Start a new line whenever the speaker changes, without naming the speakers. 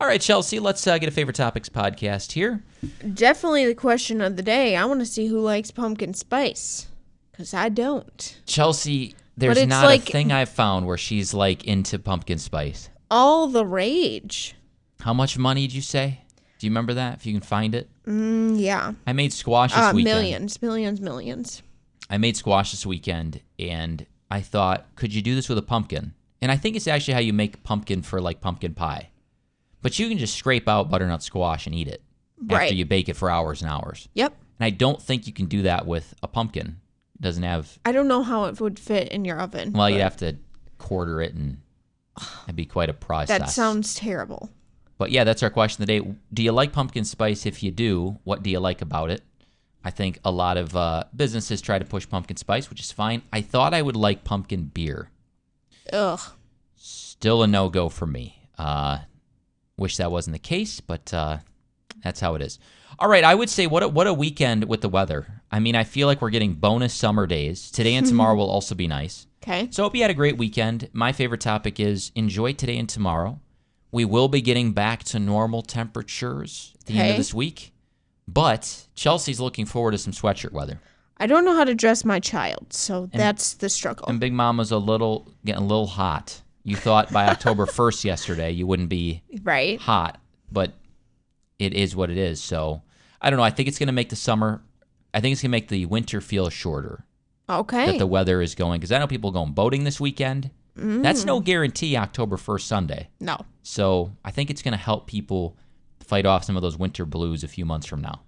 All right, Chelsea, let's uh, get a favorite topics podcast here.
Definitely the question of the day. I want to see who likes pumpkin spice because I don't.
Chelsea, there's
it's
not
like-
a thing I've found where she's like into pumpkin spice.
All the rage.
How much money did you say? Do you remember that? If you can find it,
Mm, yeah.
I made squash this
Uh,
weekend.
millions, millions, millions.
I made squash this weekend, and I thought, could you do this with a pumpkin? And I think it's actually how you make pumpkin for like pumpkin pie, but you can just scrape out butternut squash and eat it
Right.
after you bake it for hours and hours.
Yep.
And I don't think you can do that with a pumpkin. It doesn't have
I don't know how it would fit in your oven.
well,
but
you'd have to quarter it, and that'd be quite a process.
That sounds terrible.
But yeah, that's our question of the day. Do you like pumpkin spice? If you do, what do you like about it? I think a lot of uh, businesses try to push pumpkin spice, which is fine. I thought I would like pumpkin beer.
Ugh.
Still a no go for me. Uh, wish that wasn't the case, but uh, that's how it is. All right, I would say what a, what a weekend with the weather. I mean, I feel like we're getting bonus summer days. Today and tomorrow will also be nice.
Okay.
So, hope you had a great weekend. My favorite topic is enjoy today and tomorrow. We will be getting back to normal temperatures at the end of
Okay.
this week, but Chelsea's looking forward to some sweatshirt weather.
I don't know how to dress my child, so that's the struggle.
And Big Mama's a little getting a little hot. You thought by October first yesterday you wouldn't be
right?
hot, but it is what it is. So I don't know. I think it's going to make the summer. I think it's going to make the winter feel shorter.
Okay.
that the weather is going because I know people going boating this weekend. That's no guarantee October 1st Sunday.
no.
So I think it's going to help people fight off some of those winter blues a few months from now.